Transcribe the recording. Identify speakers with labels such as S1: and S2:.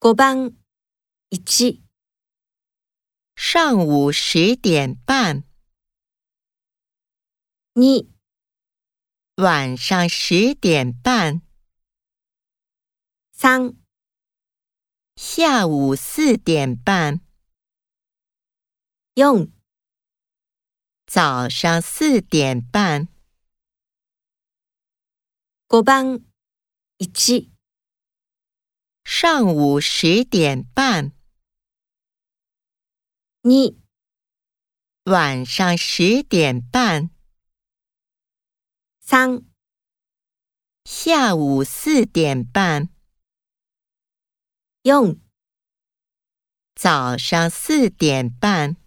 S1: 5番1、
S2: 上午十点半，
S1: 2、
S2: 晚上十点半，
S1: 3、
S2: 下午四点半，
S1: 4、
S2: 早上四点半，
S1: 5番1、
S2: 上午十点半，
S1: 2、
S2: 晚上十点半，
S1: 3、
S2: 下午四点半，
S1: 4
S2: 早上四点半。